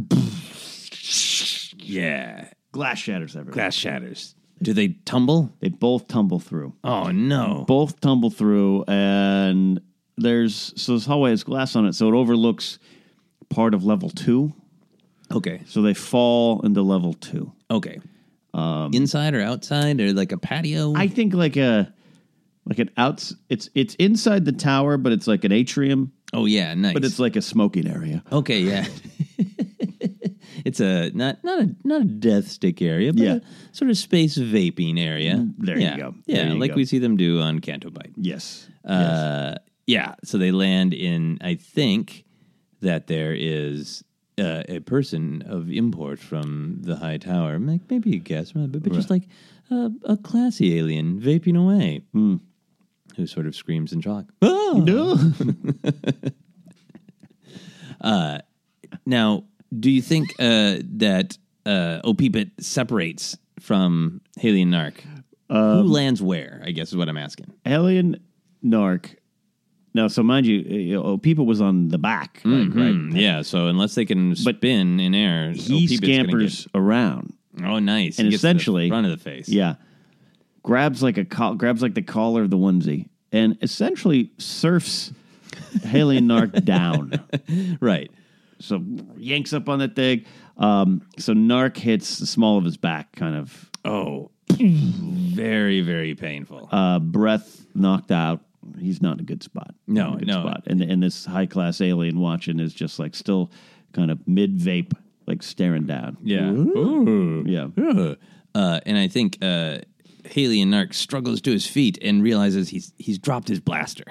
C: Yeah.
D: Glass shatters everywhere.
C: Glass shatters. Do they tumble?
D: They both tumble through.
C: Oh no!
D: Both tumble through, and there's so this hallway has glass on it, so it overlooks part of level two.
C: Okay.
D: So they fall into level two.
C: Okay. Um, inside or outside or like a patio?
D: I think like a like an outs. It's it's inside the tower, but it's like an atrium.
C: Oh yeah, nice.
D: But it's like a smoking area.
C: Okay, yeah. it's a not not a not a death stick area, but
D: Yeah. Mm,
C: a sort of space vaping area.
D: There you
C: Yeah.
D: go.
C: Yeah,
D: There you
C: like
D: go.
C: we see them do on Canto Bite.
D: Yes.
C: Uh, Yeah, so they land in. I think that there is uh, a person of import from the High Tower. Like maybe a guest, but but just like a, a classy alien vaping away, who sort of screams in shock. Oh! Uh, now, do you think uh, that uh, Opipit separates from Haley and Nark? Who lands where? I guess is what I'm asking.
D: Alien Narc. Now, so mind you, eh, you know, people was on the back, like, right?
C: Mhm, Yeah. So unless they can spin in air,
D: He
C: Opipit's gonna
D: scampers around.
C: get- oh, nice.
D: and
C: He gets to the
D: essentially-
C: front of the face.
D: Yeah, grabs like a col- grabs like the collar of the onesie, and essentially surfs Haley Narc down.
C: Right.
D: So yanks up on that thing. Um, so Narc hits the small of his back, kind of
C: Oh, very very painful.
D: uh, breath knocked out. He's not in a good spot.
C: No,
D: Not in a good
C: no.
D: Spot. And and this high class alien watching is just like still kind of mid vape, like staring down.
C: yeah.
D: Yeah.
C: Ugh. Uh, and I think uh, Haley and Nark struggles to his feet and realizes he's he's dropped his blaster.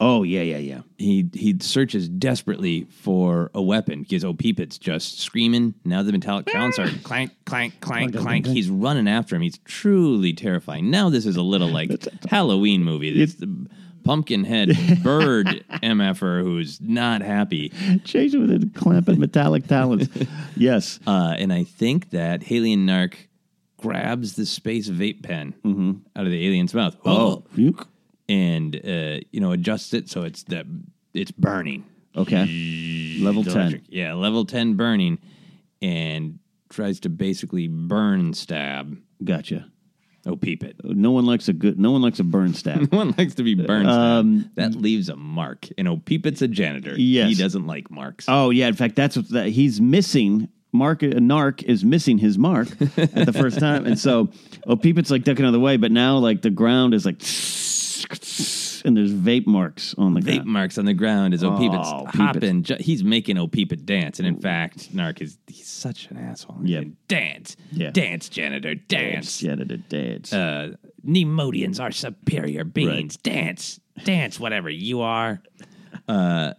D: Oh yeah, yeah, yeah.
C: He he searches desperately for a weapon because Opipit's just screaming. Now the metallic counts are clank, clank, clank, clank. He's running after him. He's truly terrifying. Now this is a little like Halloween movie. It's the pumpkinhead bird mf'er who's not happy.
D: Chasing with his clamping metallic talons. Yes.
C: Uh, and I think that Haley and Narc grabs the space vape pen out of the alien's mouth.
D: Oh. Phew.
C: and uh, you know adjusts it so it's that it's burning.
D: Okay. Level
C: The
D: ten.
C: electric- yeah, level ten burning, and tries to basically burn stab.
D: Gotcha.
C: Oh, peep it.
D: No one likes a good. No one likes a burn stab.
C: One likes to be burned.
D: Um,
C: stabbed. that leaves a mark, and oh, peep it's a janitor.
D: Yes.
C: he doesn't like marks.
D: oh yeah. In fact, that's what that, he's missing. Mark uh, Narc is missing his mark at the first time, and so oh, Peepit's like ducking out of the way, but now like the ground is like, and there's vape marks on the
C: Vape
D: ground.
C: marks on the ground as Opipit's
D: Oh, Peepit's-
C: hopping. Ju- he's making Opipit dance, and in fact, Narc is he's such an asshole.
D: Yeah.
C: dance,
D: Yeah.
C: dance, janitor, dance.
D: Yeah, the dance.
C: uh, Nemodians are superior beings. Dance, dance, whatever you are. Uh,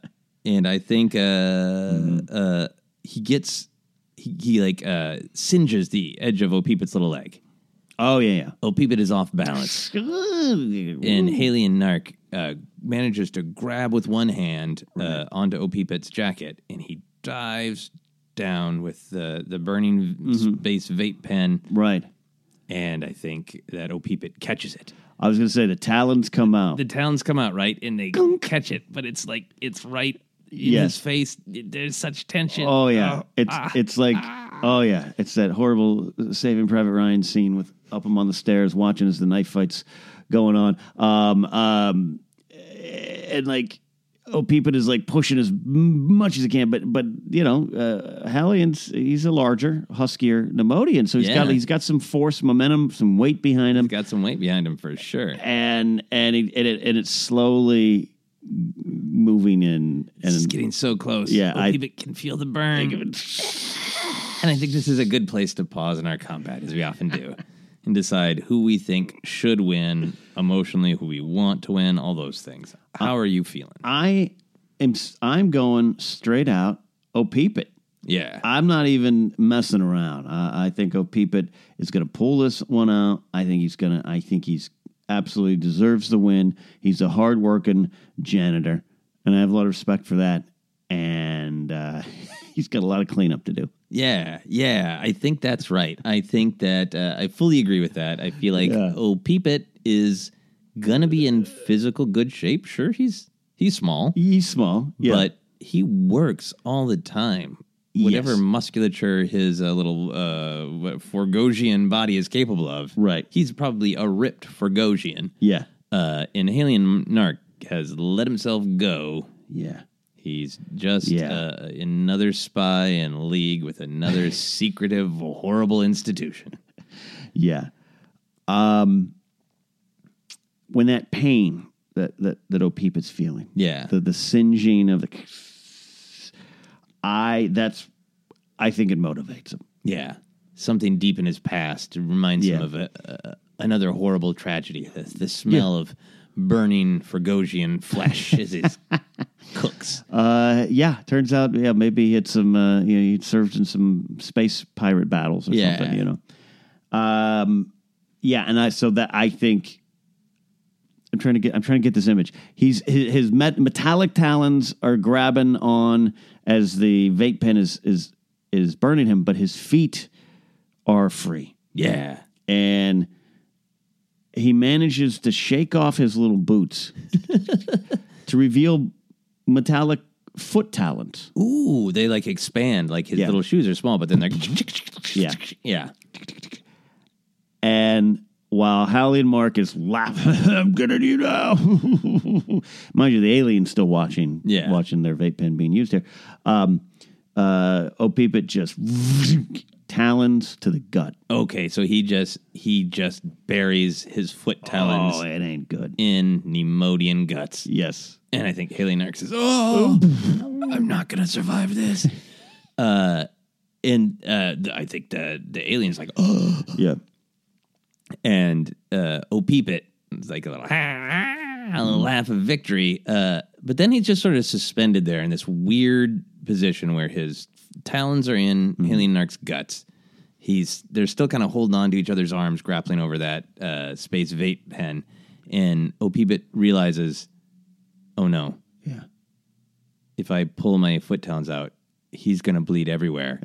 C: and I think uh, uh, he gets he, he like uh, singes the edge of Opipit's little leg.
D: oh yeah,
C: Opipit is off balance,
D: yeah.
C: and Haley and Nark uh, manages to grab with one hand uh, onto Opipit's jacket, and he dives down with the the burning space vape pen.
D: Right.
C: And I think that Opipit catches it.
D: I was gonna say the talons come out.
C: the talons come out right and they catch it, but it's like it's right in
D: Yes.
C: his face. There's such tension. ah.
D: oh
C: uh,
D: yeah, it's it's like oh yeah, it's that horrible Saving Private Ryan scene with up him on the stairs watching as the knife fights going on. Um, um, and like oh, Peepin is like pushing as much as he can, but but you know, uh, Hallian's he's a larger, huskier Nemodian, so he's
C: Yeah.
D: got he's got some force, momentum, some weight behind him.
C: got some weight behind him for sure.
D: and and it, and it and it's slowly moving in and
C: It's getting so close.
D: Yeah, I-
C: Opipit can feel the burn. and I think this is a good place to pause in our combat, as we often do, and decide who we think should win emotionally, who we want to win, all those things.
D: Uh,
C: How are you feeling?
D: I am s- I'm going straight out. Oh peep it!
C: Yeah.
D: I'm not even messing around. I, I think Oh peep it is going to pull this one out. I think he's going to. I think he's absolutely deserves the win. He's a hardworking janitor, and I have a lot of respect for that. And uh, he's got a lot of cleanup to do.
C: Yeah, yeah, I think that's right. I think that uh, I fully agree with that. I feel like
D: Yeah.
C: oh, Peepit is gonna be in physical good shape. Sure, he's he's small,
D: He's small, yeah.
C: but he works all the time. whatever musculature his uh, little uh, Forgosian body is capable of.
D: Right.
C: He's probably a ripped Forgosian.
D: Yeah.
C: Uh, and Halion Nark has let himself go.
D: Yeah.
C: He's just
D: Yeah.
C: uh, another spy in league with another secretive, horrible institution.
D: Yeah. Um, when that pain that that that Opeep is feeling,
C: Yeah.
D: the the singeing of the, I that's, I think it motivates him.
C: Yeah. Something deep in his past reminds him
D: Yeah.
C: of a, a, uh, another horrible tragedy. The, the smell of burning Fergosian flesh as it cooks.
D: Uh, yeah. Turns out, yeah, maybe he had some. Uh, you know, he served in some space pirate battles or
C: Yeah.
D: something. You know. Um, yeah, and I so that I think. I'm trying to get. I'm trying to get this image. He's his, his met, metallic talons are grabbing on as the vape pen is is is burning him, but his feet are free
C: Yeah.
D: and he manages to shake off his little boots to reveal metallic foot talent.
C: Ooh, they like expand. Like his
D: Yeah.
C: little shoes are small, but then they're.
D: Yeah.
C: Yeah.
D: And while Hallie and Mark is laughing, I'm gonna do now. Mind you, the alien's still watching,
C: Yeah.
D: watching their vape pen being used here. Um, uh, Opipit just talons to the gut.
C: Okay, so he just he just buries his foot talons
D: Oh, it ain't good.
C: in Nemodian guts.
D: Yes.
C: And I think Haley Nark says, "Oh, I'm not gonna survive this." Uh, and uh, th- I think the the alien's like, "Oh,"
D: Yeah.
C: and uh, oh, peep it. It's like a little, a little laugh of victory. Uh, but then he's just sort of suspended there in this weird position where his talons are in Haley Nark's guts. He's they're still kind of holding on to each other's arms, grappling over that uh, space vape pen. And Opibit realizes, oh no,
D: Yeah.
C: if I pull my foot talons out, he's going to bleed everywhere.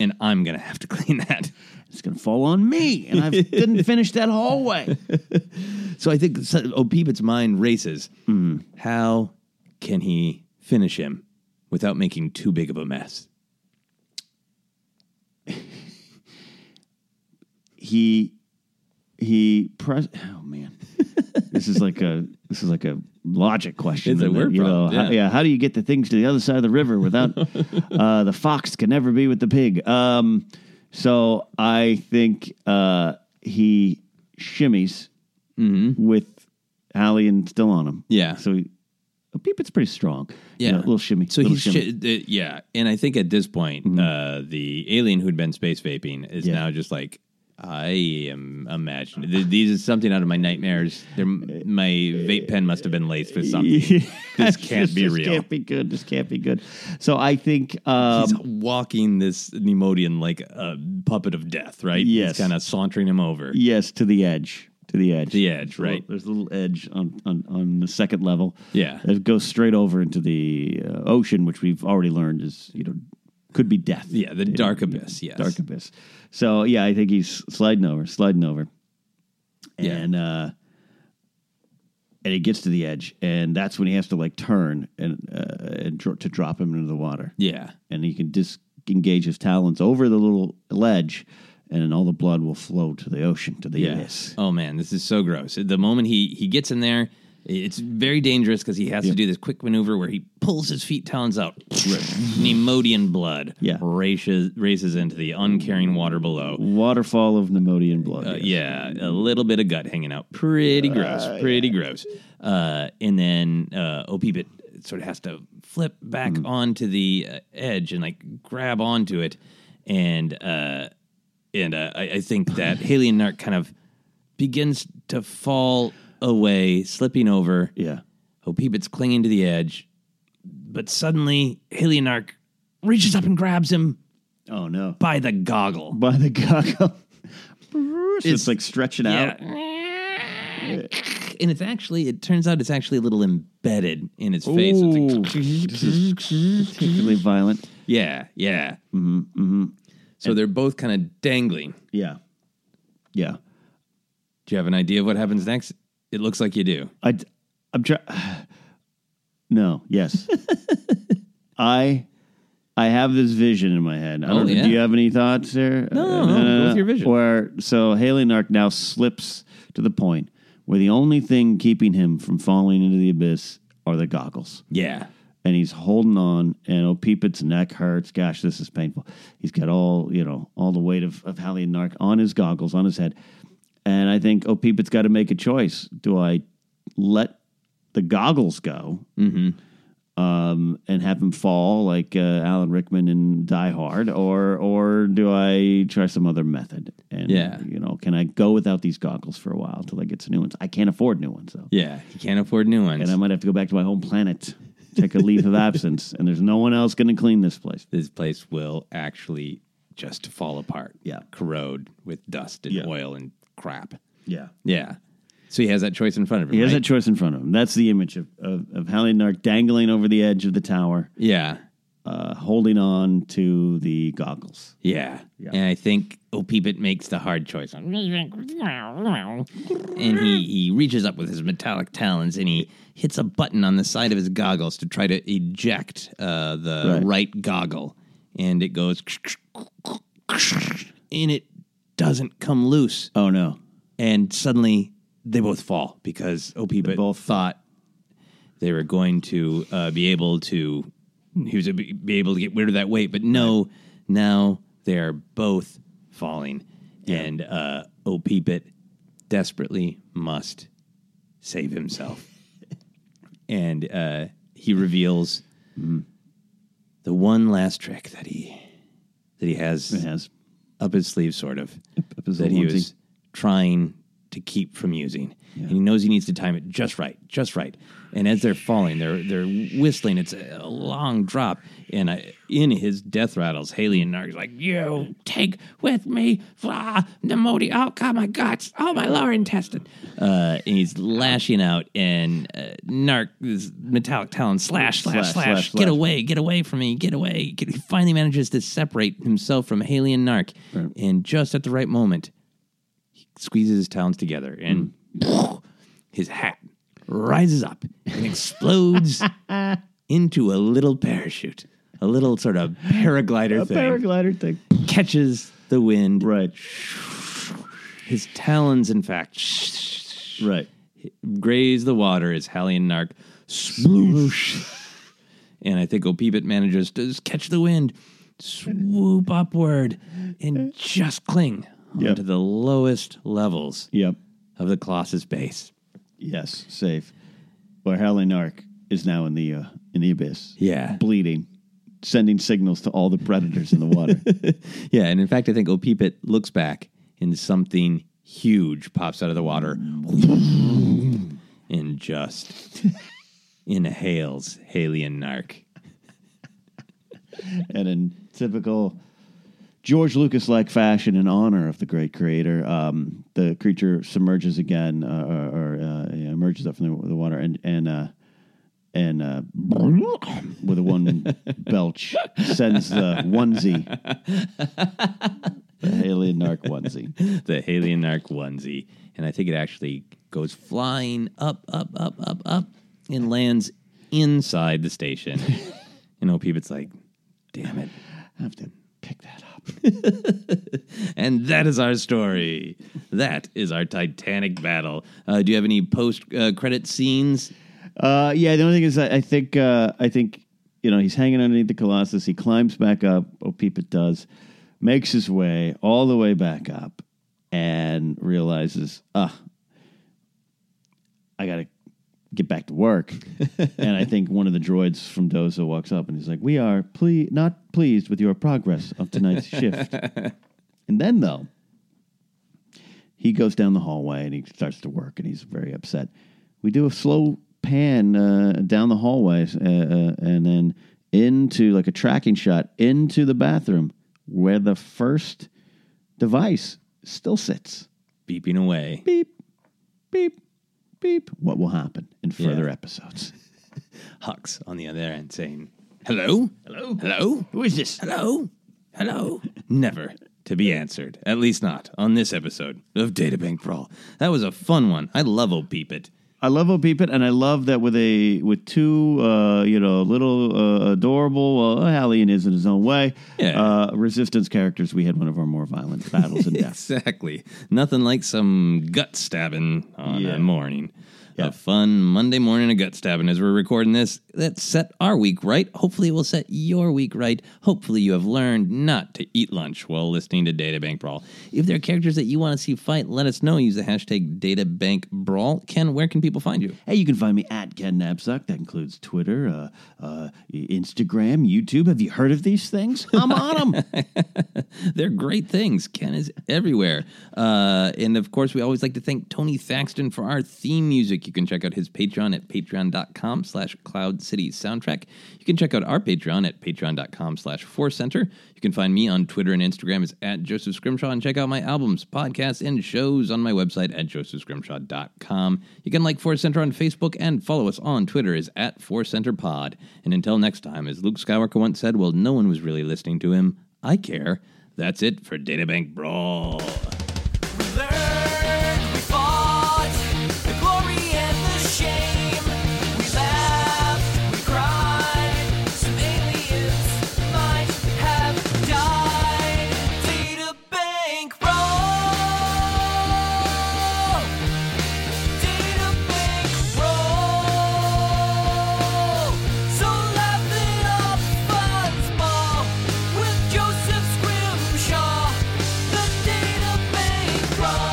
C: and I'm going to have to clean that.
D: It's gonna fall on me, and I didn't finish that hallway.
C: So I think so- Obibit's mind races.
D: Hmm.
C: How can he finish him without making too big of a mess?
D: he he press oh man this is like a this is like a logic question
C: It's a
D: isn't it?
C: word
D: You know,
C: problem,
D: how,
C: yeah.
D: yeah how do you get the things to the other side of the river without uh the fox can never be with the pig um so i think uh he shimmies with Hallie and still on him
C: Mm-hmm. Yeah.
D: so he, a peep it's pretty strong You
C: Yeah.
D: know, a little shimmy
C: So
D: little
C: he's
D: shimmy.
C: shi- uh, yeah, and I think at this point, uh, the alien who'd been space vaping is
D: Yeah.
C: now just like I am imagining th- these is something out of my nightmares. They're, my vape pen must have been laced with something. This can't be
D: this
C: real.
D: can't be good this can't be good so i think um
C: He's walking this Nemodian like a puppet of death, right?
D: Yes.
C: He's kind of sauntering him over.
D: Yes, to the edge. To the edge.
C: The edge, right.
D: There's a little edge on, on, on the second level.
C: Yeah.
D: It goes straight over into the uh, ocean, which we've already learned is, you know, could be death.
C: Yeah, the
D: You
C: dark
D: know,
C: abyss, yes.
D: Dark abyss. So, yeah, I think he's sliding over, sliding over.
C: Yeah.
D: And, uh, and he gets to the edge, and that's when he has to like turn and, uh, and dro- to drop him into the water
C: Yeah.
D: and he can disengage his talons over the little ledge, and all the blood will flow to the ocean, to the abyss.
C: Oh man, this is so gross. The moment he he gets in there, it's very dangerous because he has to do this quick maneuver where he pulls his feet talons out. Nemodian blood
D: Yeah.
C: races races into the uncaring water below.
D: Waterfall of Nemodian blood.
C: Uh,
D: yes.
C: yeah, a little bit of gut hanging out. Pretty gross. pretty gross. Uh, and then uh, Opibit sort of has to flip back onto the uh, edge and like grab onto it, and uh, and uh, I, I think that Haley and Nark kind of begins to fall away, slipping over.
D: Yeah.
C: Hopibit's clinging to the edge, but suddenly Helianark reaches up and grabs him
D: Oh no!
C: by the goggle.
D: By the goggle, it's, it's like stretching
C: Yeah. Eh,
D: out.
C: And it's actually, it turns out it's actually a little embedded in his face. It's like-
D: this is particularly violent.
C: yeah, yeah. Mm-hmm, So they're both kind of dangling.
D: Yeah, yeah.
C: Do you have an idea of what happens next? It looks like you do.
D: I, I'm trying. No. Yes. I I have this vision in my head. I
C: Oh,
D: don't,
C: yeah.
D: Do you have any thoughts there?
C: No, no, no, go with your vision.
D: Where so Haley Nark now slips to the point where the only thing keeping him from falling into the abyss are the goggles.
C: Yeah.
D: And he's holding on, and oh, Peepit's neck hurts. Gosh, this is painful. He's got all you know, all the weight of of Haley Nark on his goggles, on his head. And I think oh, Peepit's got to make a choice. Do I let the goggles go?
C: Mm-hmm.
D: um, and have him fall like uh, Alan Rickman in Die Hard, or or do I try some other method? And
C: Yeah.
D: you know, can I go without these goggles for a while till I get some new ones? I can't afford new ones though,
C: Yeah. He can't afford new ones.
D: and I might have to go back to my home planet, take a leave of absence, and there's no one else going to clean this place.
C: this place will actually just fall apart. Yeah. Corrode with dust and
D: Yeah.
C: oil and crap.
D: Yeah.
C: Yeah. So he has that choice in front of him.
D: He has
C: right?
D: that choice in front of him. That's the image of of, of Hallie Nark dangling over the edge of the tower,
C: yeah.
D: uh, holding on to the goggles.
C: Yeah. And I think Opibit makes the hard choice. And he, he reaches up with his metallic talons and he hits a button on the side of his goggles to try to eject uh, the
D: Right.
C: right. goggle. And it goes, and it doesn't come loose.
D: Oh no!
C: And suddenly they both fall because Opibit both thought they were going to uh, be able to he was be be able to get rid of that weight, but no, now they are both falling, and uh, Opibit desperately must save himself, and uh, he reveals the one last trick that he that he has,
D: It has
C: up his sleeve, sort of
D: up his
C: that
D: little
C: he
D: onesie.
C: was trying to keep from using. And he knows he needs to time it just right, just right. And as they're falling, they're they're whistling. It's a, a long drop, and I, in his death rattles, Haley and Narg's like, "You take with me, flah, pneumonia. Oh God, my guts. Oh my lower intestine." Uh, and he's lashing out, and uh, Narc, this metallic talon, slash, slash, slash,
D: Slash, slash,
C: get
D: slash.
C: away, get away from me, get away. Get- He finally manages to separate himself from Haley and Narc, and just at the right moment squeezes his talons together and
D: Mm.
C: his hat rises up and explodes into a little parachute, a little sort of paraglider
D: a
C: thing.
D: paraglider thing.
C: catches the wind.
D: Right,
C: His talons, in fact,
D: right.
C: graze the water as Hallie and Nark sploosh. and I think Opibit manages to just catch the wind, swoop upward, and just cling
D: Yep.
C: onto the lowest levels
D: Yep.
C: of the Colossus base.
D: Yes, safe. Where Helen Ark is now in the uh, in the abyss,
C: Yeah.
D: bleeding, sending signals to all the predators in the water.
C: Yeah, and in fact, I think Opipit looks back and something huge pops out of the water and just inhales Haley and Nark.
D: and in typical George Lucas like fashion, in honor of the great creator, um, the creature submerges again uh, or, or uh, yeah, emerges up from the, the water and and uh, and uh, with a one belch sends the onesie, the Haley and Nark onesie.
C: the Haley and Narc onesie, and I think it actually goes flying up, up, up, up, up, and lands inside the station. and Opibit's like, "Damn it!"
D: I have to pick that up.
C: And that is our story. That is our Titanic battle. Uh, do you have any post-credit scenes?
D: Uh, yeah, the only thing is, I, I think, uh, I think, you know, he's hanging underneath the Colossus. He climbs back up. Oh, Peepit does, makes his way all the way back up, and realizes, ah, I gotta get back to work. and I think one of the droids from Dozo walks up and he's like, "We are ple- not pleased with your progress of tonight's shift." And then though, he goes down the hallway and he starts to work and he's very upset. We do a slow pan uh, down the hallways uh, uh, and then into like a tracking shot into the bathroom where the first device still sits.
C: Beeping away.
D: Beep, beep, beep. What will happen in further
C: Yeah.
D: episodes?
C: Hux on the other end saying, "Hello, hello, hello. Who is this? Hello, hello." Never to be answered. At least not on this episode of Databank Brawl. That was a fun one. I love Opipit.
D: I love Bo Peep it, and I love that with a with two, uh, you know, little uh, adorable. Well, Alien is in his own way.
C: Yeah.
D: Uh, resistance characters. We had one of our more violent battles and deaths.
C: Exactly. Nothing like some gut stabbing on
D: Yeah.
C: a morning. A fun Monday morning of gut stabbing as we're recording this. That set our week right. Hopefully, it will set your week right. Hopefully, you have learned not to eat lunch while listening to Data Bank Brawl. If there are characters that you want to see fight, let us know. Use the hashtag Data Bank Brawl. Ken, where can people find you?
D: Hey, you can find me at Ken Knapsack. That includes Twitter, uh, uh, Instagram, YouTube. Have you heard of these things? I'm on them.
C: They're great things. Ken is everywhere. Uh, and of course, we always like to thank Tony Thaxton for our theme music. You can check out his Patreon at patreon.com slash cloud city soundtrack. You can check out our Patreon at patreon.com slash force center. You can find me on Twitter and Instagram as at Joseph Scrimshaw and check out my albums, podcasts, and shows on my website at josephscrimshaw.com. You can like Force Center on Facebook and follow us on Twitter as at Force Center Pod. And until next time, as Luke Skywalker once said, well, no one was really listening to him. I care. That's it for Databank Brawl.
I: We fought the glory and the shame. We laughed, we cried. Some aliens might have died. Data bank roll. Data bank roll. So laugh it up, fuzzball, with Joseph Scrimshaw. The data bank roll.